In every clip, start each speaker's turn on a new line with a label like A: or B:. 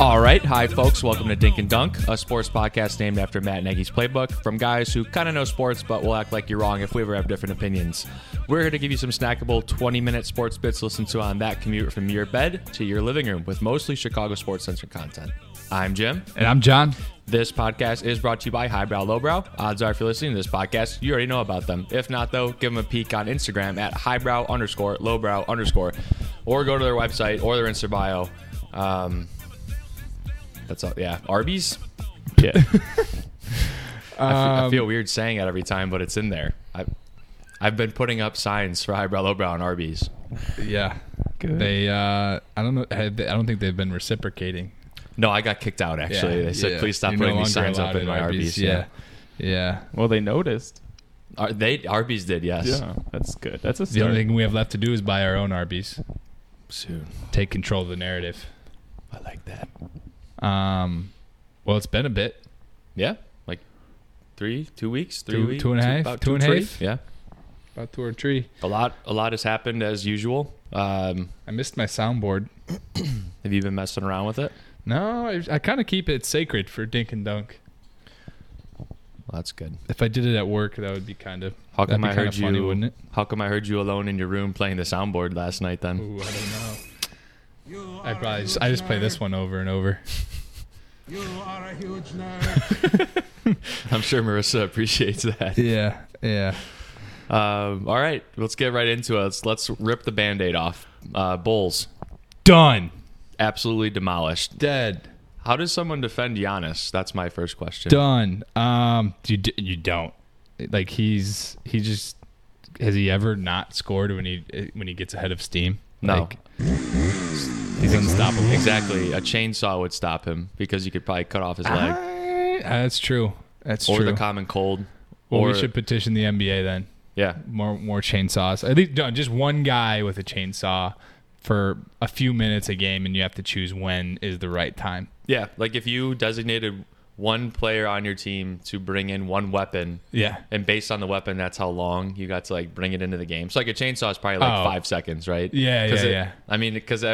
A: All right. Hi, folks. Welcome to Dink and Dunk, a sports podcast named after Matt Nagy's playbook from guys who kind of know sports but will act like you're wrong if we ever have different opinions. We're here to give you some snackable 20 minute sports bits listened to on that commute from your bed to your living room with mostly Chicago sports centric content. I'm Jim.
B: And I'm John.
A: This podcast is brought to you by Highbrow Lowbrow. Odds are, if you're listening to this podcast, you already know about them. If not, though, give them a peek on Instagram at highbrow underscore lowbrow underscore, or go to their website or their Insta bio. Um, that's all. Yeah, Arby's.
B: Yeah. Um,
A: I fe- I feel weird saying it every time, but it's in there. I, I've been putting up signs for highbrow lowbrow and Arby's.
B: yeah.
C: Good.
B: They, uh, I don't know. I don't think they've been reciprocating.
A: No, I got kicked out. Actually,
B: Yeah,
A: they said
B: yeah.
A: please stop
B: You're no
A: putting these
B: longer
A: signs up
B: allowed
A: in
B: at
A: my Arby's.
B: Yeah. Yeah.
C: Well, they noticed.
A: Ar- they Arby's did yes.
C: Yeah, that's good. That's a
B: The
C: start.
B: only thing we have left to do is buy our own Arby's,
A: Soon,
B: take control of the narrative.
A: I like that.
B: Um, well, it's been a bit.
A: Yeah, like three, two weeks, three
B: Two-
A: weeks,
B: two and a half,
A: about
B: two and a
A: three.
B: half.
A: Yeah,
B: About two or three.
A: a lot, a lot has happened as usual. Um,
B: I missed my soundboard.
A: have you been messing around with it?
B: No, I, I kind of keep it sacred for Dink and Dunk.
A: Well, that's good.
B: If I did it at work, that would be kind of.
A: How
B: that'd
A: come
B: be
A: I
B: kinda
A: heard
B: funny,
A: you-
B: Wouldn't it?
A: How come I heard you alone in your room playing the soundboard last night? Then
B: Ooh, I don't know. I probably just, I just play this one over and over.
D: You are a huge nerd.
A: I'm sure Marissa appreciates that.
B: Yeah, yeah.
A: Um, all right, let's get right into it. Let's, let's rip the band-aid off. Uh, Bulls
B: Done.
A: absolutely demolished.
B: Dead.
A: How does someone defend Giannis? That's my first question.
B: Done. Um, you d- you don't like he's he just has he ever not scored when he when he gets ahead of steam?
A: No.
B: Like, he's unstoppable.
A: Exactly, a chainsaw would stop him because you could probably cut off his leg.
B: I- that's true. That's
A: or
B: true.
A: the common cold.
B: well,
A: or
B: we should petition the NBA then.
A: yeah,
B: More more chainsaws. At least no, just one guy with a chainsaw for a few minutes a game, and you have to choose when is the right time.
A: yeah. Like if you designated one player on your team to bring in one weapon,
B: Yeah.
A: and based on the weapon, that's how long you got to like bring it into the game. So like a chainsaw is probably like
B: Oh.
A: five seconds, right?
B: Yeah,
A: 'Cause
B: yeah,
A: it-
B: yeah.
A: I mean, because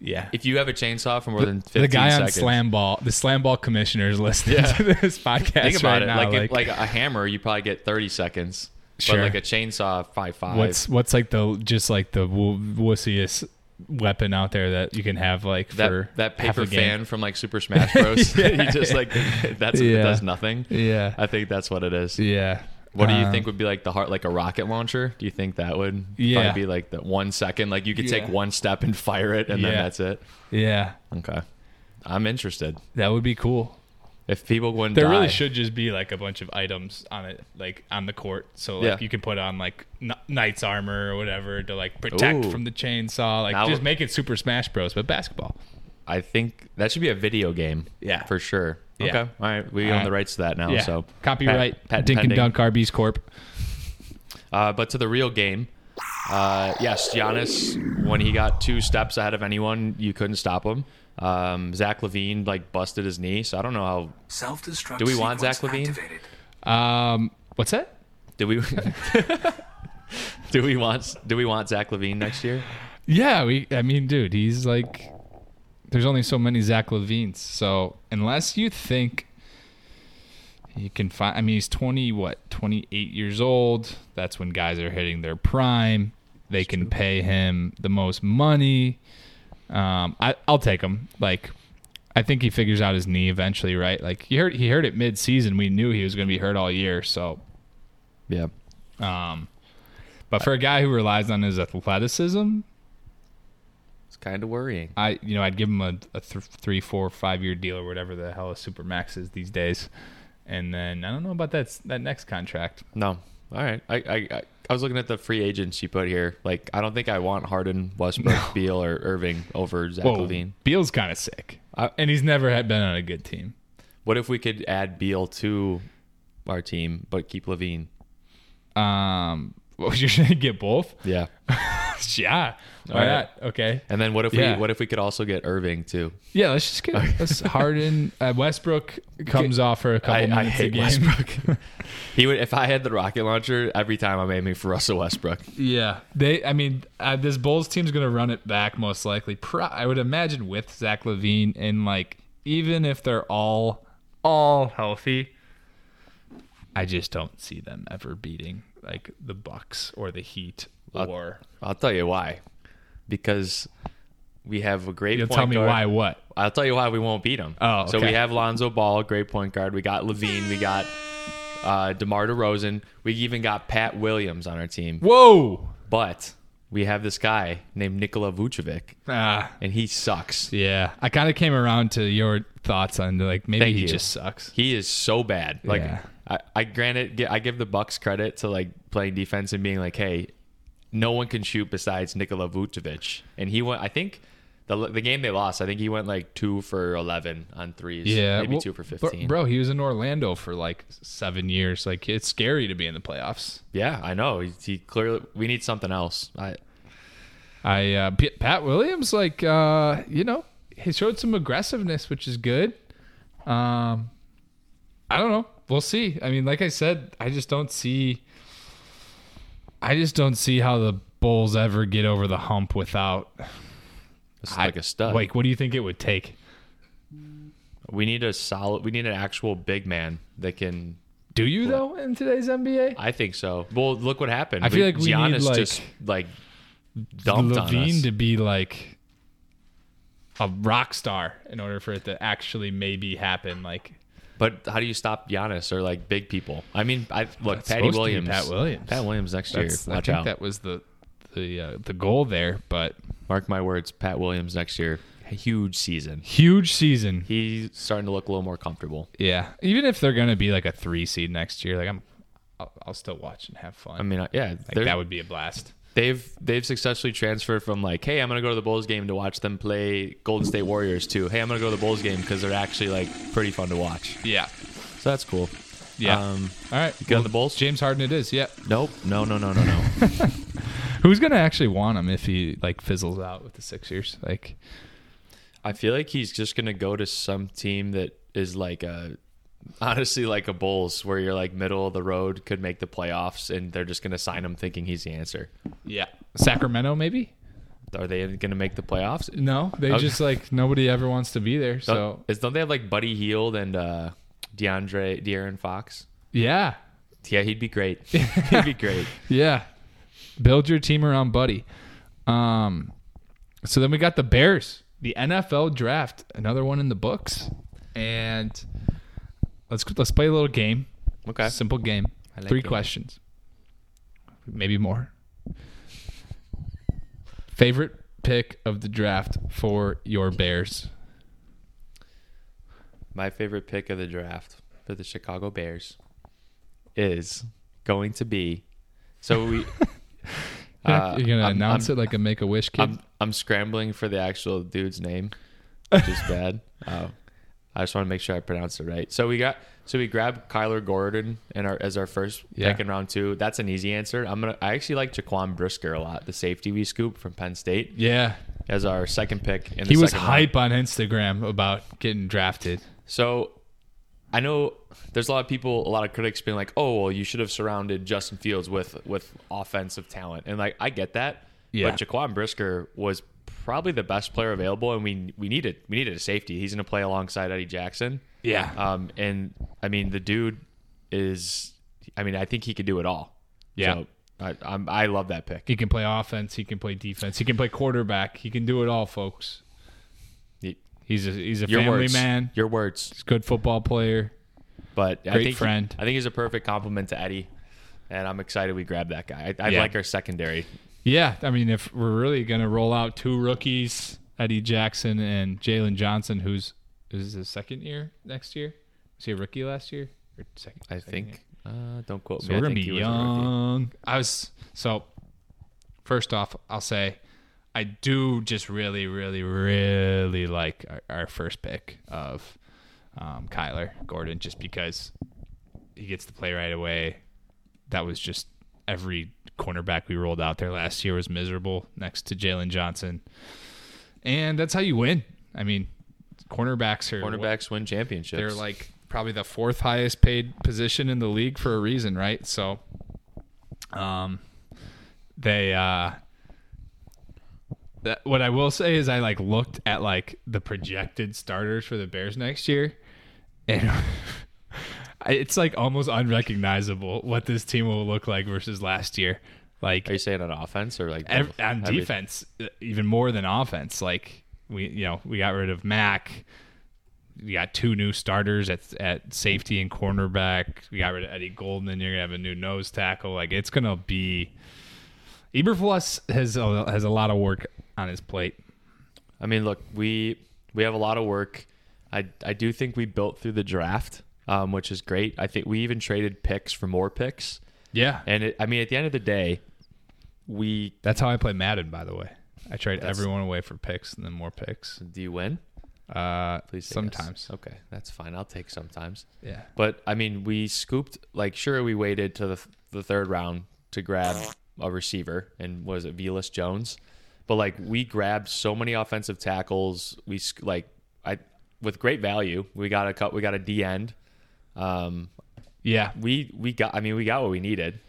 B: Yeah.
A: if you have a chainsaw for more than 15
B: the guy
A: seconds,
B: on slam ball, the slam ball commissioner is listening
A: Yeah.
B: to this podcast
A: think about
B: right
A: it.
B: now.
A: like, if, like a hammer, you probably get thirty seconds.
B: Sure.
A: But like a chainsaw, five five.
B: what's what's like the just like the wo- wussiest weapon out there that you can have like
A: that
B: for
A: that
B: half
A: paper
B: a game?
A: fan from like Super Smash Bros?
B: Yeah.
A: he just like that's it
B: Yeah.
A: does nothing.
B: Yeah,
A: I think that's what it is.
B: yeah.
A: Uh, What do you
B: Um,
A: think would be like the heart, like a rocket launcher? Do you think that would
B: Yeah.
A: probably be like that one second? Like you could
B: Yeah.
A: take one step and fire it, and then
B: Yeah.
A: that's it.
B: Yeah,
A: Okay, I'm interested.
B: that would be cool.
A: If people wouldn't,
B: There
A: die,
B: really should just be like a bunch of items on it, like on the court. So like
A: Yeah.
B: you can put on like kn- knight's armor or whatever to like protect
A: Ooh.
B: from the chainsaw. Like
A: Now-
B: just make it Super Smash Bros. But basketball.
A: I think that should be a video game.
B: Yeah.
A: for sure.
B: Yeah.
A: Okay, all right, we
B: All
A: own
B: right.
A: the rights to that now.
B: Yeah.
A: So
B: Copyright
A: pat- patent
B: Dink
A: pending.
B: and Dunk Arby's Corp.
A: Uh, but to the real game, uh, yes, Giannis, when he got two steps ahead of anyone, you couldn't stop him. Um, Zach Levine like busted his knee, so I don't know how.
E: Self-destruct.
A: Do we want
E: sequence
A: Zach Levine?
E: activated.
B: Um, what's that?
A: Do we? do we want? Do we want Zach Levine next year?
B: Yeah, we. I mean, dude, he's like. There's only so many Zach Levines, so unless you think you can find, I mean, he's 20, what, 28 years old. That's when guys are hitting their prime. They can pay him the most money. Um, I, I'll take him. Like, I think he figures out his knee eventually, right? Like he heard he heard it mid-season. We knew he was going to be hurt all year, so
A: Yeah.
B: um, but for a guy who relies on his athleticism,
A: It's kind of worrying.
B: I you know I'd give him a, a th- three, four, five year deal or whatever the hell a supermax is these days, and then I don't know about that s- that next contract.
A: No. All right. I, I, I, I was looking at the free agents you put here. Like, I don't think I want Harden, Westbrook, Beal, or Irving over Zach Levine.
B: Beal's kind of sick,
A: I-
B: and he's never had been on a good team.
A: What if we could add Beal to our team, but keep Levine?
B: Um, what, you're gonna get both?
A: Yeah.
B: yeah, why
A: All right.
B: not? Okay,
A: And then what if
B: Yeah.
A: we what if we could also get Irving too?
B: yeah, let's just get let's Harden. Uh, Westbrook comes off for a couple
A: I,
B: minutes
A: I hate
B: a game.
A: Westbrook. he would if I had the rocket launcher every time I'm aiming for Russell Westbrook.
B: Yeah, they. I mean, uh, this Bulls team's gonna run it back most likely. Pro- I would imagine with Zach Levine and like even if they're all all healthy, I just don't see them ever beating like the Bucks or the Heat
A: Uh,
B: or.
A: I'll tell you why. Because we have a great
B: You'll
A: point
B: tell me
A: guard.
B: why what?
A: I'll tell you why we won't beat him.
B: Oh,
A: so
B: okay.
A: we have Lonzo Ball, great point guard. We got Levine. We got uh, DeMar DeRozan. We even got Pat Williams on our team.
B: Whoa!
A: But we have this guy named Nikola Vucevic,
B: Ah,
A: and he sucks.
B: yeah. I kind of came around to your thoughts on like maybe
A: Thank
B: he
A: you.
B: just sucks.
A: He is so bad. Like
B: Yeah.
A: I, I granted, gi- I give the Bucks credit to like playing defense and being like, hey, no one can shoot besides Nikola Vucevic, and he went. I think. The, the game they lost, I think he went like two for eleven on threes.
B: Yeah,
A: maybe
B: well,
A: two for
B: bro-
A: fifteen.
B: Bro, he was in Orlando for like seven years. Like it's scary to be in the playoffs.
A: Yeah, I know. He, he clearly we need something else. I
B: I uh, P- Pat Williams, like uh, you know, he showed some aggressiveness, which is good. Um, I don't know. We'll see. I mean, like I said, I just don't see. I just don't see how the Bulls ever get over the hump without.
A: it's
B: I-
A: like a stud.
B: Like, what do you think it would take,
A: We need a solid. We need an actual big man that can.
B: Do you though in today's NBA?
A: I think so. Well, look what happened.
B: I feel like we need,
A: Giannis
B: like,
A: just like dumped on
B: Levine
A: us.
B: to be like a rock star in order for it to actually maybe happen. Like
A: but how do you stop Giannis or like big people? I mean, I look
B: That's
A: Patty
B: supposed to be
A: Williams.
B: Pat Williams.
A: Pat Williams next year.
B: that's- I
A: Watch
B: think
A: out.
B: that was the the uh, the goal there, but
A: Mark my words. Pat Williams next year. A huge season.
B: huge season.
A: He's starting to look a little more comfortable.
B: Yeah, even if they're gonna be like a three seed next year, like I'm, I'll, I'll still watch and have fun.
A: I mean, I- yeah,
B: like
A: they're-
B: that would be a blast.
A: they've they've successfully transferred from like, hey, I'm gonna go to the Bulls game to watch them play Golden State Warriors to, hey, I'm gonna go to the Bulls game because they're actually like pretty fun to watch.
B: Yeah,
A: So that's cool.
B: yeah.
A: Um,
B: All right,
A: got the Bulls?
B: James Harden, it is. Yeah.
A: nope. No. No. No. No. No.
B: Who's gonna actually want him if he like fizzles out with the Sixers? Like,
A: I feel like he's just gonna go to some team that is like a. Honestly, like a Bulls, where you're like middle of the road, could make the playoffs, and they're just going to sign him thinking he's the answer.
B: yeah, Sacramento maybe.
A: Are they going to make the playoffs?
B: No, they
A: Okay.
B: just like nobody ever wants to be there.
A: Don't,
B: So
A: is, don't they have like Buddy Heald and uh, DeAndre, De'Aaron Fox?
B: yeah,
A: Yeah, he'd be great. he'd be great.
B: yeah. Build your team around Buddy. Um, so then we got the Bears, the NFL draft, another one in the books, and let's let's play a little game.
A: Okay.
B: Simple game.
A: I like
B: Three
A: games.
B: questions, maybe more. Favorite pick of the draft for your Bears?
A: My favorite pick of the draft for the Chicago Bears is going to be. So we. Uh,
B: You're gonna
A: I'm-
B: announce
A: I'm-
B: it like a Make a Wish kid.
A: I'm I'm scrambling for the actual dude's name, which is bad. Oh, I just want to make sure I pronounce it right. So we got so we grabbed Kyler Gordon and our as our first
B: Yeah.
A: pick in round two. That's an easy answer. I'm gonna I actually like Jaquan Brisker a lot, the safety we scoop from Penn State
B: yeah,
A: as our second pick. In the
B: he was
A: second round.
B: hype on Instagram about getting drafted.
A: So I know there's a lot of people, a lot of critics being like, "Oh, well, you should have surrounded Justin Fields with with offensive talent," and like I get that.
B: Yeah.
A: But Jaquan Brisker was probably the best player available, and we we needed we needed a safety. He's going to play alongside Eddie Jackson.
B: Yeah.
A: Um, and I mean, the dude is, I mean, I think he could do it all.
B: Yeah.
A: So I, I'm, I love that pick.
B: he can play offense. He can play defense. He can play quarterback. He can do it all, folks.
A: Y-
B: He's a he's a
A: Your
B: family
A: words,
B: man.
A: Your words.
B: He's a good football player.
A: But I
B: Great
A: think he-
B: friend.
A: I think he's a perfect compliment to Eddie, and I'm excited we grabbed that guy. I, I
B: Yeah.
A: like our secondary.
B: Yeah, I mean, if we're really gonna roll out two rookies, Eddie Jackson and Jalen Johnson, who's is his second year next year? Was he a rookie last year or second?
A: I
B: second year?
A: think. Uh, don't quote
B: So
A: me.
B: we're
A: I
B: gonna be
A: think he was a rookie.
B: young. I was so. First off, I'll say, I do just really, really, really like our, our first pick of um, Kyler Gordon, just because he gets to play right away. That was just every cornerback we rolled out there last year was miserable next to Jalen Johnson, and that's how you win. I mean, cornerbacks are
A: Cornerbacks win championships.
B: they're like probably the fourth highest paid position in the league for a reason, right? So, um, they uh, that- what I will say is I like looked at like the projected starters for the Bears next year, and I- it's like almost unrecognizable what this team will look like versus last year. Like
A: Are you saying on offense or like
B: ev- on
A: every-
B: defense, uh, even more than offense. Like we, you know, we got rid of Mac. We got two new starters at at safety and cornerback. We got rid of Eddie Goldman. You're gonna have a new nose tackle. Like it's gonna be. Eberfluss has a, has a lot of work on his plate.
A: I mean, look, we we have a lot of work. I I do think we built through the draft, um, which is great. I think we even traded picks for more picks.
B: Yeah,
A: And it, I mean, at the end of the day, we
B: that's how I play Madden. By the way, I trade everyone away for picks and then more picks.
A: do you win?
B: Uh,
A: Please. say yes. Oh.
B: sometimes,
A: Okay, that's fine. I'll take sometimes.
B: yeah.
A: But I mean, we scooped like sure we waited to the the third round to grab a receiver and was it Velas Jones, but like we grabbed so many offensive tackles. We sc- like I with great value. We got a cut. We got a D end. Um,
B: Yeah,
A: we we got. I mean, we got what we needed.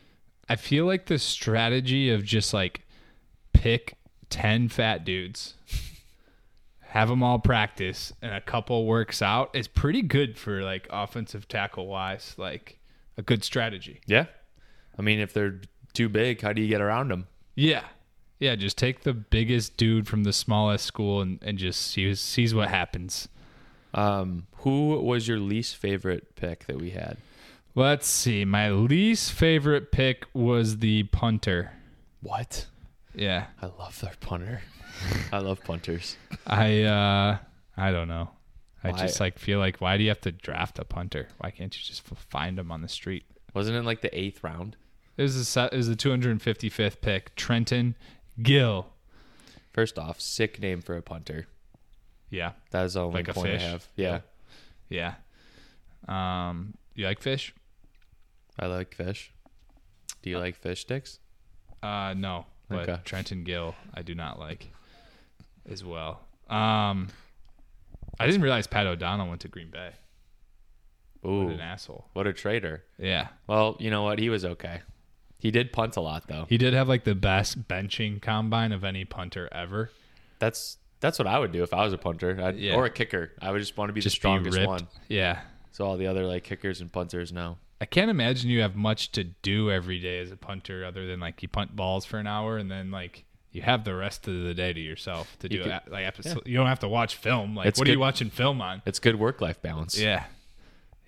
B: I feel like the strategy of just like pick 10 fat dudes, have them all practice, and a couple works out is pretty good for like offensive tackle wise, like a good strategy.
A: Yeah. I mean, if they're too big, how do you get around them?
B: Yeah. Yeah, just take the biggest dude from the smallest school and, and just sees, sees what happens.
A: Um, who was your least favorite pick that we had?
B: Let's see. My least favorite pick was the punter.
A: What?
B: Yeah.
A: I love their punter. I love punters.
B: I uh I don't know. I
A: Why-
B: just like feel like why do you have to draft a punter? Why can't you just f- find him on the street?
A: Wasn't it like the eighth round?
B: It was the se- it was the 255th pick, Trenton Gill.
A: First off, sick name for a punter.
B: Yeah.
A: That is the only
B: Like a
A: point
B: fish?
A: I have. Yeah,
B: Yeah. Um you like fish?
A: I like fish. Do you like fish sticks?
B: Uh no, but
A: Okay.
B: Trenton Gill I do not like as well. Um I didn't realize Pat O'Donnell went to Green Bay. What
A: Ooh,
B: an asshole.
A: what a traitor.
B: Yeah.
A: Well, you know what? He was okay. He did punt a lot though.
B: He did have like the best benching combine of any punter ever.
A: That's that's what I would do if I was a punter I'd,
B: Yeah.
A: or a kicker. I would just want to be the
B: Just be
A: strongest
B: ripped.
A: one.
B: Yeah.
A: So all the other like kickers and punters know.
B: I can't imagine you have much to do every day as a punter other than like you punt balls for an hour and then like you have the rest of the day to yourself to do
A: could-
B: a like episode. You don't have to watch film. Like
A: It's
B: what are you
A: good-
B: watching film on?
A: It's good work life balance.
B: Yeah.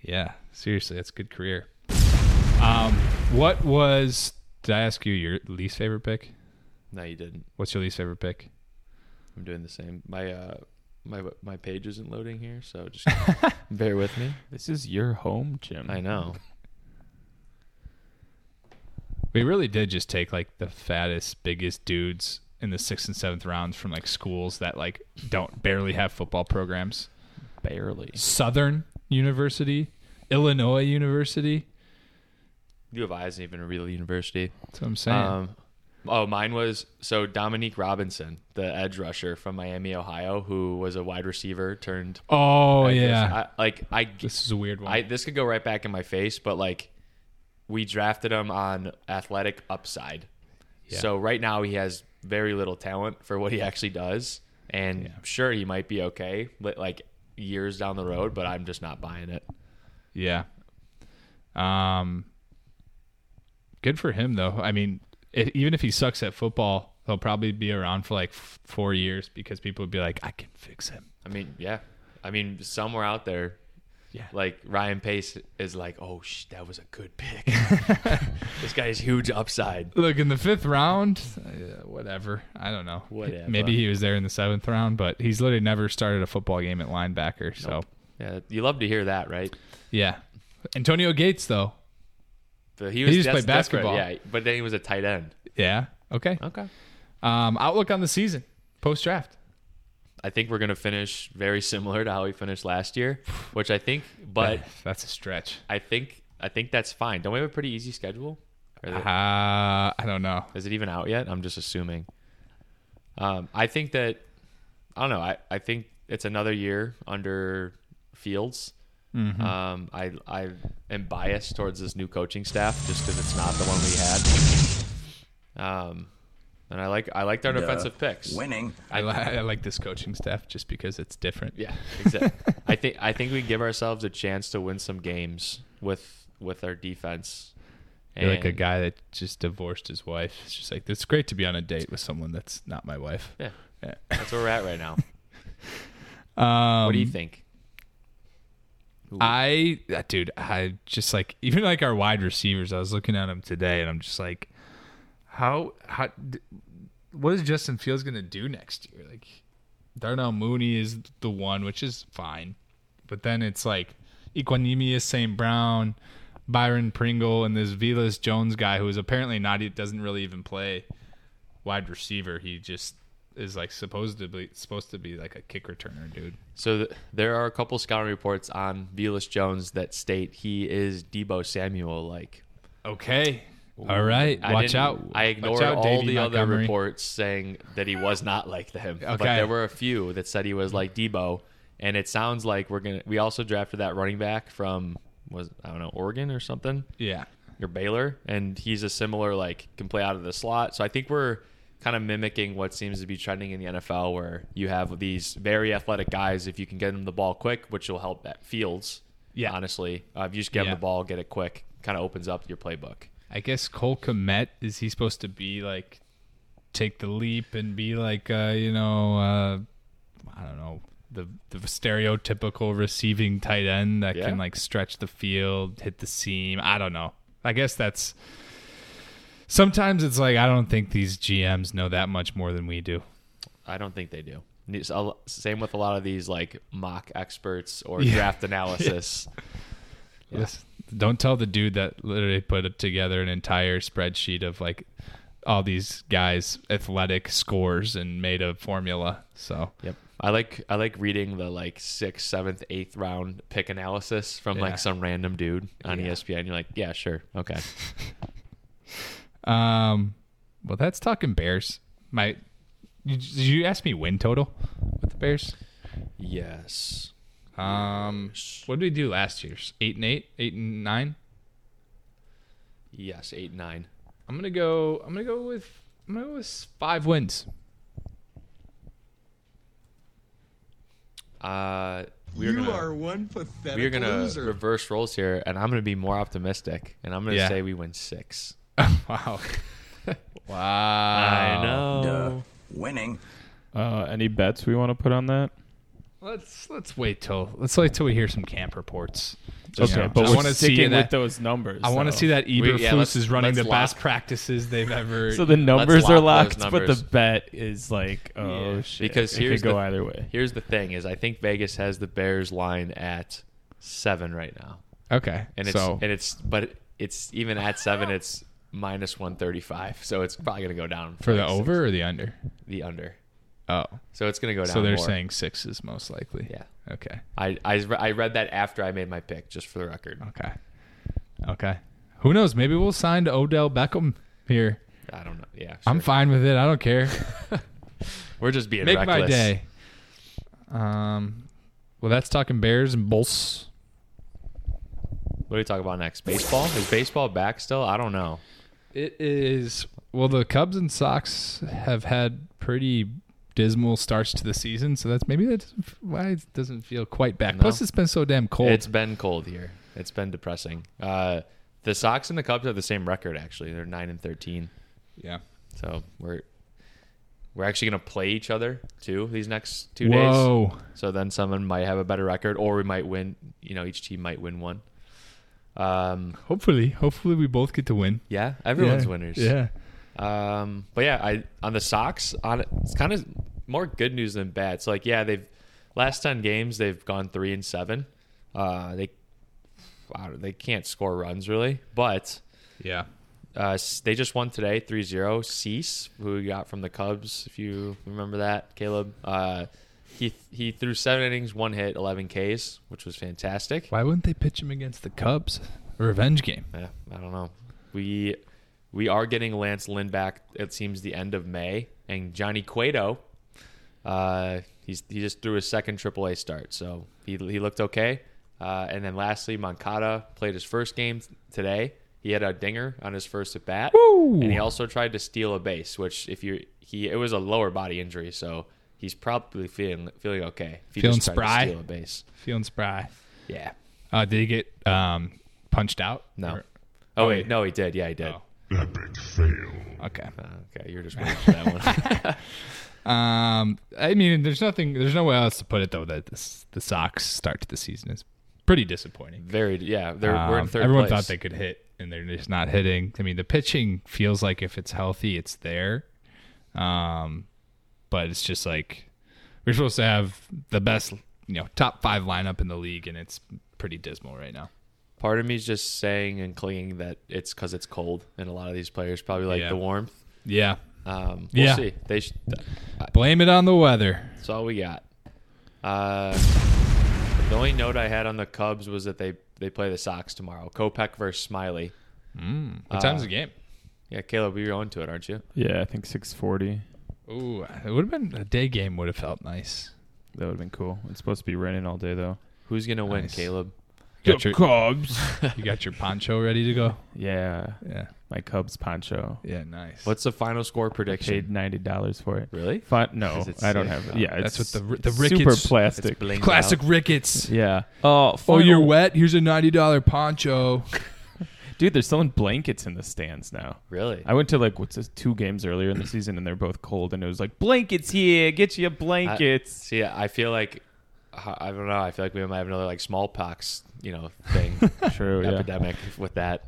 B: Yeah. Seriously, that's a good career. Um what was did I ask you your least favorite pick?
A: No, you didn't.
B: What's your least favorite pick?
A: I'm doing the same. My uh my my page isn't loading here, so just bear with me.
C: This is your home, Jim.
A: I know.
B: We really did just take like the fattest, biggest dudes in the sixth and seventh rounds from like schools that like don't barely have football programs.
C: Barely.
B: Southern University, Illinois University.
A: U of I isn't even a real university.
B: That's what I'm saying.
A: Um, oh, mine was so Dominique Robinson, the edge rusher from Miami, Ohio, who was a wide receiver turned.
B: oh
A: edge
B: yeah,
A: rusher. I, like I,
B: this is a weird one.
A: I, this could go right back in my face, but like we drafted him on athletic upside.
B: Yeah.
A: So right now he has very little talent for what he actually does, and sure he might be okay, but like years down the road. But I'm just not buying it.
B: yeah. Um, good for him though. I mean, i even if he sucks at football, he'll probably be around for like f- four years because people would be like, I can fix him.
A: I mean, yeah. I mean, somewhere out there,
B: Yeah.
A: like Ryan Pace is like, oh, sh- that was a good pick. this guy's huge upside.
B: Look in the fifth round, uh, whatever. I don't know.
A: Whatever.
B: Maybe he was there in the seventh round, but he's literally never started a football game at linebacker. So
A: Yeah, you love to hear that, right?
B: yeah, Antonio Gates though.
A: But he was
B: just
A: des-
B: played
A: desperate,
B: basketball.
A: Yeah, but then he was a tight end.
B: Yeah. Okay.
A: Okay.
B: Um, outlook on the season post draft.
A: I think we're gonna finish very similar to how we finished last year, which I think, but
B: that's a stretch.
A: I think I think that's fine. Don't we have a pretty easy schedule? Or
B: Uh,
A: the-
B: I don't know.
A: Is it even out yet? I'm just assuming. Um, I think that I don't know. I, I think it's another year under Fields.
B: Mm-hmm.
A: Um, I I am biased towards this new coaching staff just because it's not the one we had. Um, And I like I like their defensive picks.
E: Uh, Winning.
B: I, li- I like this coaching staff just because it's different.
A: Yeah, exactly. I think I think we give ourselves a chance to win some games with with our defense.
B: You're like a guy that just divorced his wife. It's just like it's great to be on a date with someone that's not my wife.
A: Yeah,
B: Yeah.
A: that's where we're at right now.
B: Um,
A: what do you think?
B: I, uh, dude, I just like even like our wide receivers. I was looking at them today, and I'm just like, how, how, d- what is Justin Fields gonna do next year? Like, Darnell Mooney is the one, which is fine, but then it's like Equanimous St. Brown, Byron Pringle, and this Velas Jones guy who is apparently not he doesn't really even play wide receiver. He just is like supposed to be supposed to be like a kick returner, dude.
A: So th- there are a couple scouting reports on Velas Jones that state he is Debo Samuel like.
B: Okay. All right. Watch out.
A: I ignored
B: Watch out,
A: all
B: Davey
A: the other
B: Montgomery.
A: reports saying that he was not like them. But
B: Okay.
A: there were a few that said he was like Debo, and it sounds like we're gonna. We also drafted that running back from was I don't know Oregon or something.
B: Yeah.
A: your Baylor, and he's a similar like can play out of the slot. So I think we're kind of mimicking what seems to be trending in the NFL, where you have these very athletic guys. If you can get them the ball quick, which will help at Fields.
B: Yeah.
A: honestly, uh, if you just get
B: Yeah.
A: them the ball, get it quick, kind of opens up your playbook.
B: I guess Cole Komet, is he supposed to be like take the leap and be like uh, you know, uh I don't know, the the stereotypical receiving tight end that
A: Yeah.
B: can like stretch the field, hit the seam. I don't know. I guess that's sometimes it's like I don't think these GMs know that much more than we do.
A: I don't think they do. Ne- so- Same with a lot of these like mock experts or
B: Yeah.
A: draft analysis.
B: Listen, don't tell the dude that literally put it together an entire spreadsheet of like all these guys' athletic scores and made a formula. So
A: Yep. I like I like reading the like sixth, seventh, eighth round pick analysis from
B: Yeah.
A: like some random dude on E
B: Yeah.
A: ESPN. You're like, yeah, sure, okay.
B: Um, well, that's talking Bears. My, you, did you ask me win total with the Bears?
A: Yes.
B: Um, what did we do last year's? Eight and eight, eight and nine.
A: Yes, eight nine.
B: I'm gonna go. I'm gonna go with. I'm gonna go with five wins.
A: Uh, we're gonna
E: one pathetic
A: we're gonna reverse roles here, and I'm gonna be more optimistic, and I'm gonna
B: Yeah.
A: say we win six.
B: wow.
A: Um,
B: wow. I
A: know.
E: Winning.
C: Uh, any bets we want to put on that?
B: Let's let's wait till let's wait till we hear some camp reports.
C: Okay,
B: Yeah.
C: but
B: I
C: we're
B: wanna see
C: sticking
B: that-
C: with those numbers.
B: I want to
C: though.
B: see that Eberflus
A: yeah, let's-
B: is running the
A: let's
B: best
A: lock-
B: practices they've ever.
C: So the numbers
A: lock
C: are
A: those
C: locked, but
A: numbers.
C: the bet is like, oh
B: Yeah.
C: shit.
A: Because
C: it
A: here's
C: could go
A: the-
C: either way.
A: Here's the thing: is I think Vegas has the Bears line at seven right now,
B: okay,
A: and it's
B: so
A: and it's but it's even at seven, it's minus one thirty five, so it's probably gonna go down
B: for the
A: like six-
B: over or the under?
A: the under.
B: Oh,
A: So it's gonna go down.
B: so they're
A: more.
B: saying six is most likely.
A: Yeah.
B: Okay.
A: I, I I read that after I made my pick, just for the record.
B: Okay. Okay. Who knows? Maybe we'll sign to Odell Beckham here.
A: I don't know. Yeah,
B: I'm
A: sure.
B: fine with it. I don't care.
A: We're just being
B: Make
A: reckless.
B: my day. Um. Well, that's talking Bears and Bulls.
A: What do we talk about next? Baseball? Is baseball back still? I don't know.
B: It is well. The Cubs and Sox have had pretty dismal starts to the season, so that's maybe that's why it doesn't feel quite back.
A: No.
B: Plus, it's been so damn cold.
A: It's been cold here. It's been depressing. Uh, the Sox and the Cubs have the same record actually. They're nine and thirteen.
B: yeah.
A: So we're we're actually gonna play each other too these next two days.
B: Whoa.
A: So then someone might have a better record, or we might win. You know, each team might win one. Um,
B: Hopefully, hopefully we both get to win.
A: yeah, everyone's winners.
B: Yeah.
A: Um, but yeah, I on the Sox on it's kind of more good news than bad. So like yeah, they've last ten games they've gone three and seven. Uh, they I don't- they can't score runs really, but
B: Yeah.
A: uh, s- they just won today 3-0. Cease, who we got from the Cubs, if you remember that, Caleb. Uh, he he threw seven innings, one hit, eleven Ks, which was fantastic.
B: Why wouldn't they pitch him against the Cubs? A revenge game.
A: Yeah, I don't know. We we are getting Lance Lynn back. It seems the end of May, and Johnny Cueto. Uh, he's he just threw his second AAA start, so he he looked okay. Uh, and then lastly, Moncada played his first game today. He He had a dinger on his first at bat,
B: Woo!
A: and he also tried to steal a base, which if you he it was a lower body injury, so he's probably feeling feeling okay. If he
B: Feeling
A: just tried
B: spry?
A: To steal a base.
B: Feeling spry.
A: Yeah.
B: Uh, did he get um, punched out?
A: No.
B: Or-
A: oh,
B: oh,
A: wait,
B: he-
A: no, he did. Yeah, he did.
B: Oh.
D: Epic fail.
B: Okay.
A: Uh, okay, you're just waiting for that one.
B: Um, I mean, there's nothing. There's no way else to put it though that this, the Sox start to the season is pretty disappointing.
A: Very. Yeah, they're, we're in
B: Um,
A: third
B: everyone
A: place.
B: thought they could hit, and they're just not hitting. I mean, the pitching feels like if it's healthy, it's there. Um, but it's just like we're supposed to have the best, you know, top five lineup in the league, and it's pretty dismal right now.
A: Part of me's just saying and clinging that it's because it's cold, and a lot of these players probably like
B: Yeah.
A: the warmth.
B: Yeah,
A: Um, we'll
B: Yeah.
A: see. They sh-
B: blame it on the weather.
A: that's all we got. Uh, the only note I had on the Cubs was that they they play the Sox tomorrow. Kopech versus Smiley. mm,
B: What
A: uh,
B: time's the game?
A: Yeah, Caleb, you're on to it, aren't you?
C: Yeah, I think 640.
B: Ooh, it would have been a day game. Would have felt nice.
C: That would have been cool. It's supposed to be raining all day though.
A: Who's gonna win,
B: Nice.
A: Caleb?
B: Got your,
C: Cubs.
B: you got your poncho ready to go.
C: yeah,
B: Yeah.
C: my Cubs poncho.
B: Yeah, nice.
A: What's the final score prediction?
C: Paid ninety dollars for it.
A: Really?
C: Fi- no,
A: 'Cause it's
C: I don't
A: sick.
C: have it. Yeah,
B: That's
C: it's-
B: what the- the
C: it's
B: Ricketts-
C: super
B: it's
C: plastic.
A: blinged
B: classic
A: out.
B: rickets?
C: Yeah. Oh,
B: Oh,
C: final-
B: you're wet. Here's a ninety dollar poncho.
C: dude. They're selling blankets in the stands now.
A: Really?
C: I went to like what's this, two games earlier in the season, and they're both cold, and it was like blankets here, get you blankets.
A: See, I feel like uh, I don't know. I feel like we might have another like smallpox, you know, thing
C: True, Oh, yeah,
A: epidemic with that.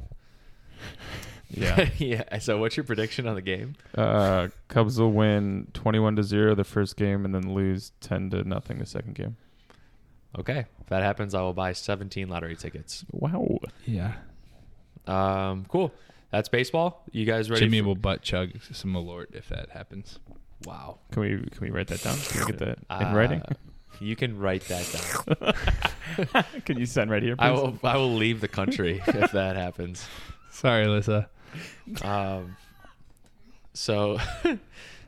C: yeah.
A: yeah. So, what's your prediction on the game?
C: Uh, Cubs will win twenty-one to zero the first game, and then lose ten to nothing the second game.
A: Okay, if that happens, I will buy 17 lottery tickets.
C: Wow,
B: Yeah.
A: Um, cool. That's baseball. You guys ready?
B: Jimmy
A: for-
B: will butt chug some Malort if that happens.
A: Wow.
C: can we can we write that down? Can we get that
A: Uh,
C: in writing?
A: You can write that down.
C: can you send right here? Please?
A: I will. I will leave the country if that happens.
B: Sorry, Alyssa.
A: Um, so, all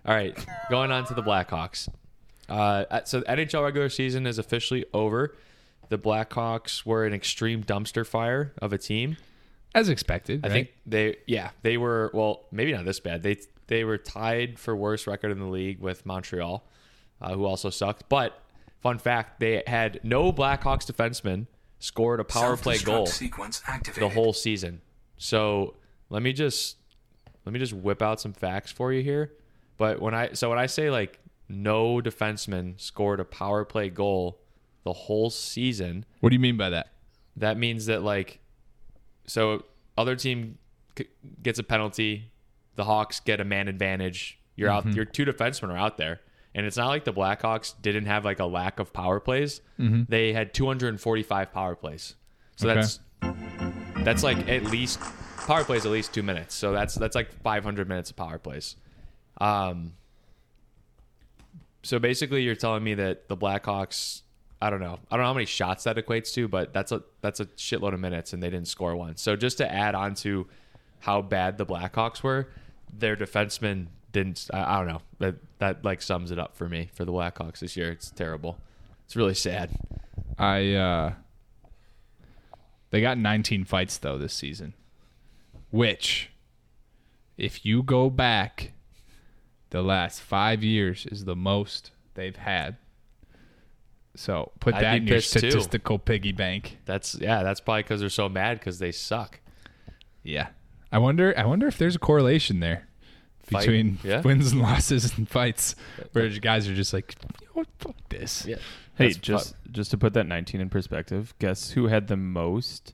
A: right, going on to the Blackhawks. Uh, at- so the NHL regular season is officially over. The Blackhawks were an extreme dumpster fire of a team.
B: As expected,
A: I
B: right?
A: think they, yeah, they were. Well, maybe not this bad. They they were tied for worst record in the league with Montreal, uh, who also sucked. But fun fact, they had no Blackhawks defensemen scored a power play
E: Self-destruct
A: goal
E: Sequence
A: the
E: activated.
A: whole season. So let me just let me just whip out some facts for you here. But when I so when I say like no defenseman scored a power play goal the whole season,
B: What do you mean by that?
A: that means that like so other team c- gets a penalty the hawks get a man advantage you're out your two defensemen are out there and it's not like the blackhawks didn't have like a lack of power plays they had 245 power plays so
B: Okay.
A: that's that's like at least power plays at least two minutes so that's that's like 500 minutes of power plays um so basically you're telling me that the blackhawks I don't know. I don't know how many shots that equates to, but that's a that's a shitload of minutes, and they didn't score one. So just to add on to how bad the Blackhawks were, their defensemen didn't. I, I don't know. That that like sums it up for me for the Blackhawks this year. It's terrible. It's really sad.
B: I uh they got 19 fights though this season. Which if you go back the last 5 years is the most they've had. So put
A: I'd
B: that
A: be
B: in your
A: pissed, too.
B: statistical piggy bank.
A: That's yeah. That's probably because they're so mad because they suck.
B: Yeah. I wonder I wonder if there's a correlation there
A: Fight,
B: between
A: yeah.
B: wins and losses and fights where guys are just like you know what fuck this.
A: Yeah.
C: Hey,
A: That's
C: just just to put that 19 in perspective, guess who had the most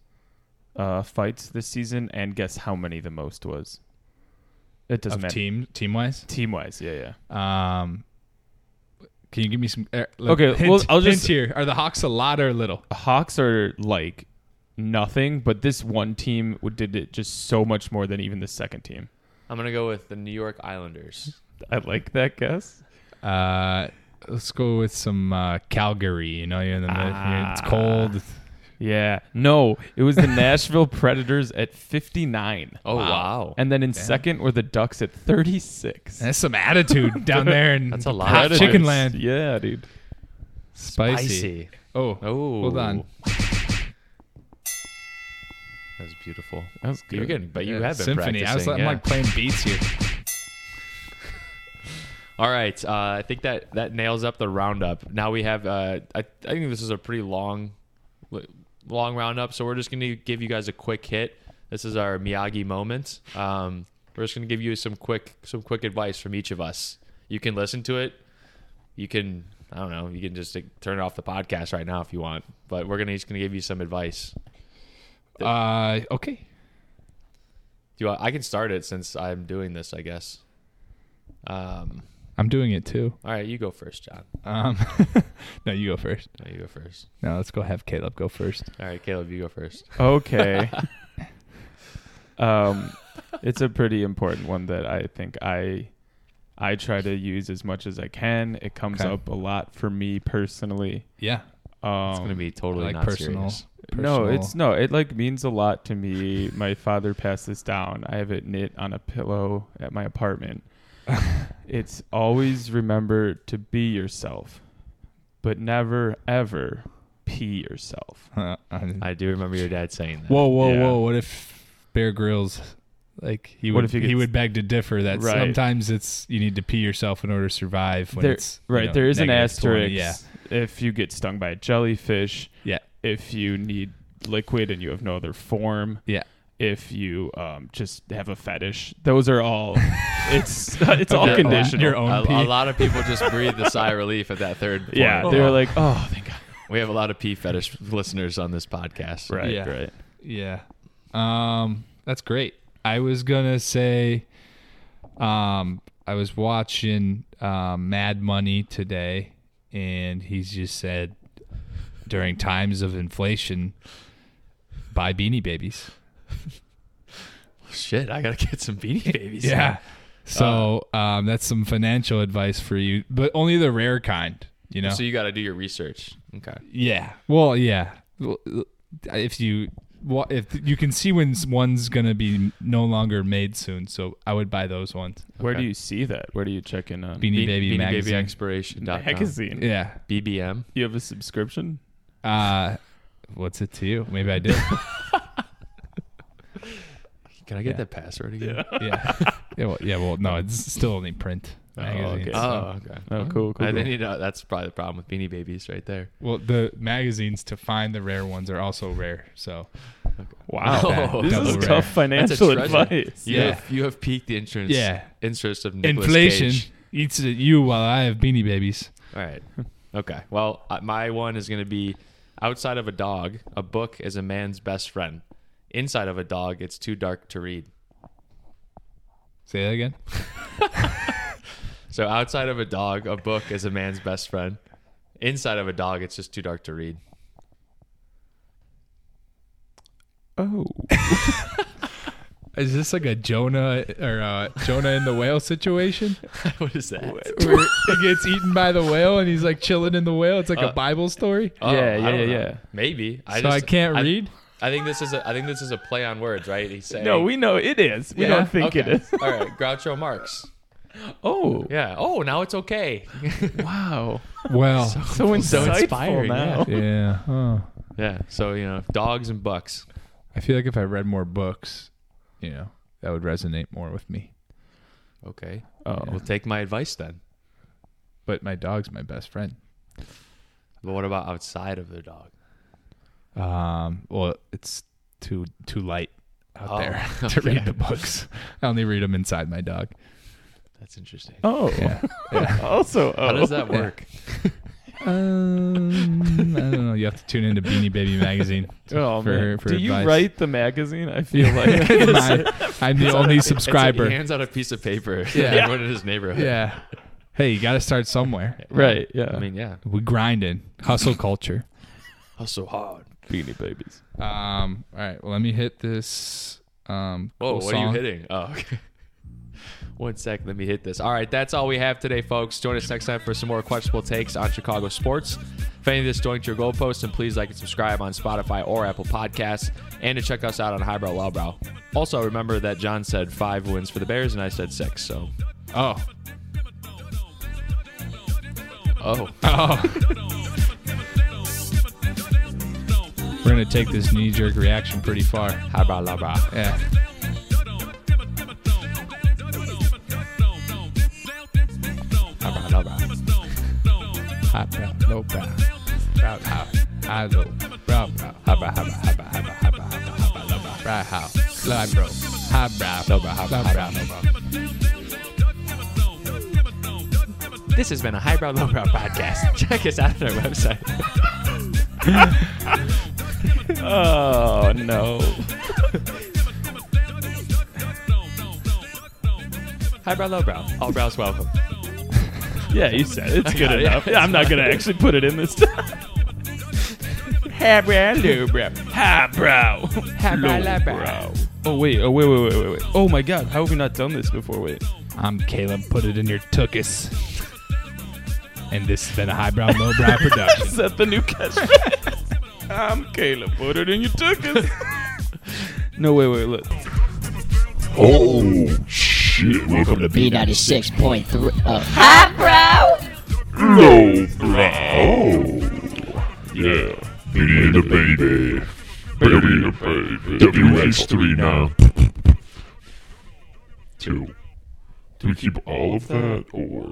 C: uh, fights this season, and guess how many the most was? It doesn't
B: Of
C: matter.
B: team team wise.
C: Team wise, yeah, yeah.
B: Um, can you give me some? Uh,
C: Okay,
B: hint,
C: well, I'll
B: hint
C: just-
B: here. Are the Hawks a lot or a little?
C: Hawks are like nothing, but this one team w- did it just so much more than even the second team.
A: I'm gonna go with the New York Islanders.
C: I like that guess.
B: Uh, let's go with some uh, Calgary. You know, you're in the mid- you're-
A: Ah.
B: it's cold.
C: Yeah. No, it was the Nashville Predators at 59.
A: Oh wow.
C: And then in second were the Ducks at 36.
B: That's some attitude down there in
A: That's a lot
B: hot
A: of
B: chicken
A: fights.
B: land.
C: Yeah, dude.
B: Spicy.
A: Spicy.
B: Oh,
A: Oh,
B: hold on.
A: That's beautiful.
C: That was good.
A: You're getting, but you
B: Yeah,
A: have been
B: Uh, symphony. I was
A: practicing,
B: like,
A: yeah.
B: I'm like playing beats here.
A: All right, uh, I think that that nails up the roundup. Now we have, uh, I, I think this is a pretty long, li- long roundup. So we're just going to give you guys a quick hit. This is our Miyagi moment. Um, we're just going to give you some quick, some quick advice from each of us. You can listen to it. You can, I don't know, you can just like, turn off the podcast right now if you want. But we're gonna just going to give you some advice.
B: Uh, okay.
A: Do you, want- I can start it since I'm doing this, I guess. Um,
B: I'm doing it too.
A: all right, you go first, John.
B: Um, no, you go first.
A: No, you go first.
B: No, let's go have Caleb go first.
A: All right, Caleb, you go first.
C: Okay. um, it's a pretty important one that I think I I try to use as much as I can. It comes
B: Okay.
C: up a lot for me personally.
B: Yeah,
C: Um,
A: It's gonna be totally
B: like
A: not
B: personal,
A: serious.
C: no,
B: personal-
C: it's no. It like means a lot to me. My father passed this down. I have it knit on a pillow at my apartment. it's always remember to be yourself, but never ever pee yourself.
B: Uh, I-
A: I do remember your dad saying that.
B: Whoa, whoa,
C: Yeah.
B: whoa! What if Bear Grylls, like he
C: What
B: would,
C: if he
B: he,
C: gets-
B: would beg to differ that
C: Right.
B: sometimes it's you need to pee yourself in order to survive. When
C: There-
B: it's you
C: right,
B: know,
C: there is an
B: negative 20.
C: asterisk.
B: Yeah,
C: If you get stung by a jellyfish,
B: yeah,
C: if you need liquid and you have no other form,
B: yeah.
C: if you um, just have a fetish, those are all. it's it's all
B: Your own-
C: conditional.
B: your own
A: A,
B: pee.
A: a lot of people just breathe a sigh of relief at that third. Point.
C: yeah, they're like, oh, thank God.
A: we have a lot of pee fetish listeners on this podcast.
C: Right,
B: Yeah.
C: right.
B: Yeah. Um, that's great. I was gonna say, um, I was watching um Mad Money today, and he's just said, during times of inflation, buy Beanie Babies.
A: Shit, I gotta get some beanie babies.
B: Yeah. So um, that's some financial advice for you, but only the rare kind. You know.
A: So you gotta do your research. Okay.
B: Yeah. Well, yeah. Well, If you wha- if you can see when one's gonna be no longer made soon, so I would buy those ones.
C: Where
A: Okay.
C: do you see that? Where do you check in on?
B: Beanie
A: Be-
B: Baby
A: beanie
B: magazine.
A: baby expiration.
C: magazine.
B: yeah.
A: BBM.
C: You have a subscription?
B: Uh, what's it to you? Maybe I did.
A: Can I get
B: Yeah.
A: that password again?
B: yeah. Yeah. Well, yeah. Well, no, it's still only print. magazine,
C: okay.
B: so-
A: Oh, okay.
C: Oh, cool, cool.
A: I
C: cool.
A: didn't need to- that's probably the problem with beanie babies right there.
B: Well, the magazines to find the rare ones are also rare. So
C: Wow,
A: Oh,
C: this
B: double
C: is
B: rare.
C: tough
A: That's a
C: financial
A: treasure.
C: advice.
A: You
B: Yeah.
A: have you have peaked the interest
B: Yeah.
A: interest of Nicolas
B: inflation
A: Cage.
B: eats at you while I have Beanie Babies.
A: All right. Okay. Well, uh, my one is going to be outside of a dog, a book is a man's best friend. Inside of a dog, it's too dark to read.
B: Say that again.
A: So outside of a dog, a book is a man's best friend. Inside of a dog, it's just too dark to read.
C: Oh,
B: Is this like a Jonah or uh, Jonah and the whale situation?
A: what is that?
B: Where it gets eaten by the whale and he's like chilling in the whale. It's like a Bible story.
A: Oh,
C: Yeah,
A: I
C: yeah,
A: don't
C: yeah,
A: know.
C: yeah.
A: Maybe. I
B: so
A: just,
B: Uh, I can't read.
A: I think this is a I think this is a play on words, right? He's saying
C: no, we know it is. We
B: Yeah.
C: don't think it is.
A: All right, Groucho Marx.
C: Oh,
A: Yeah. Oh, now it's okay.
C: wow.
B: Well,
C: So insightful
A: inspiring,
C: now.
B: yeah. huh.
A: yeah. So you know, dogs and bucks.
B: I feel like if I read more books, you know, that would resonate more with me.
A: Okay.
C: Oh,
A: Well, take my advice then.
B: But my dog's my best friend.
A: But what about outside of the dog?
B: Um, well, it's too too light out
A: Oh,
B: there to
A: okay.
B: read the books. I only read them inside my dog.
A: That's interesting.
C: oh.
B: Yeah.
C: also, oh.
A: How does that work?
B: Um, I don't know. You have to tune into Beanie Baby magazine.
C: Oh,
B: for-
C: man.
B: for
C: Do you
B: advice.
C: write the magazine? I feel like
B: Mine- I'm the only
A: It's like he
B: subscriber.
A: hands out a piece of paper to
B: Yeah.
A: everyone in his neighborhood.
B: Yeah. Hey, you got to start somewhere.
C: right. Yeah,
A: I mean, yeah.
B: We grinding hustle culture.
A: Hustle hard.
C: Beanie Babies.
B: Um. All right. Well, let me hit this. Um.
A: Whoa,
B: cool
A: what are you
B: song.
A: hitting? Oh, okay. One sec, let me hit this. All right, that's all we have today, folks. Join us next time for some more questionable takes on Chicago sports. If any of this joined your goalposts, then please like and subscribe on Spotify or Apple Podcasts, and to check us out on Highbrow Lowbrow. Also, remember that John said five wins for the Bears, and I said six. So,
B: Oh.
A: oh.
B: Oh. we're gonna take this knee-jerk reaction pretty far.
A: Habra labra.
B: Yeah.
A: Habra labra.
B: Habra, lobra, brow, how, hado, brow, brow, habra, habra, habra, habra, habra, habra, habra, lobra, brow, how, libro, habra, lobra, habra, habra, lobra.
A: This has been a Highbrow Lowbrow podcast. Check us out on our website.
C: Oh no.
A: Highbrow Lowbrow. All brows welcome.
C: Yeah, you said it. it's good
A: it, yeah.
C: enough. I'm not gonna actually put it in this time. Habra lubra. Habrow.
A: Habra
C: Lowbrow. Oh wait, oh wait, wait, wait, wait, wait. Oh my god, how have we not done this before? Wait.
B: I'm Caleb. Put it in your tuchus. And this has been a highbrow, lowbrow production.
C: Is that the new catch? I'm Caleb. Put it in your tuchus. no, wait, wait, look.
D: Oh, shit. Welcome to
E: B96.3. Oh.
D: Low Brow. Oh. Yeah. Beauty and the Baby. Baby and the Baby. WS3 now. Two. Do we keep all of that or.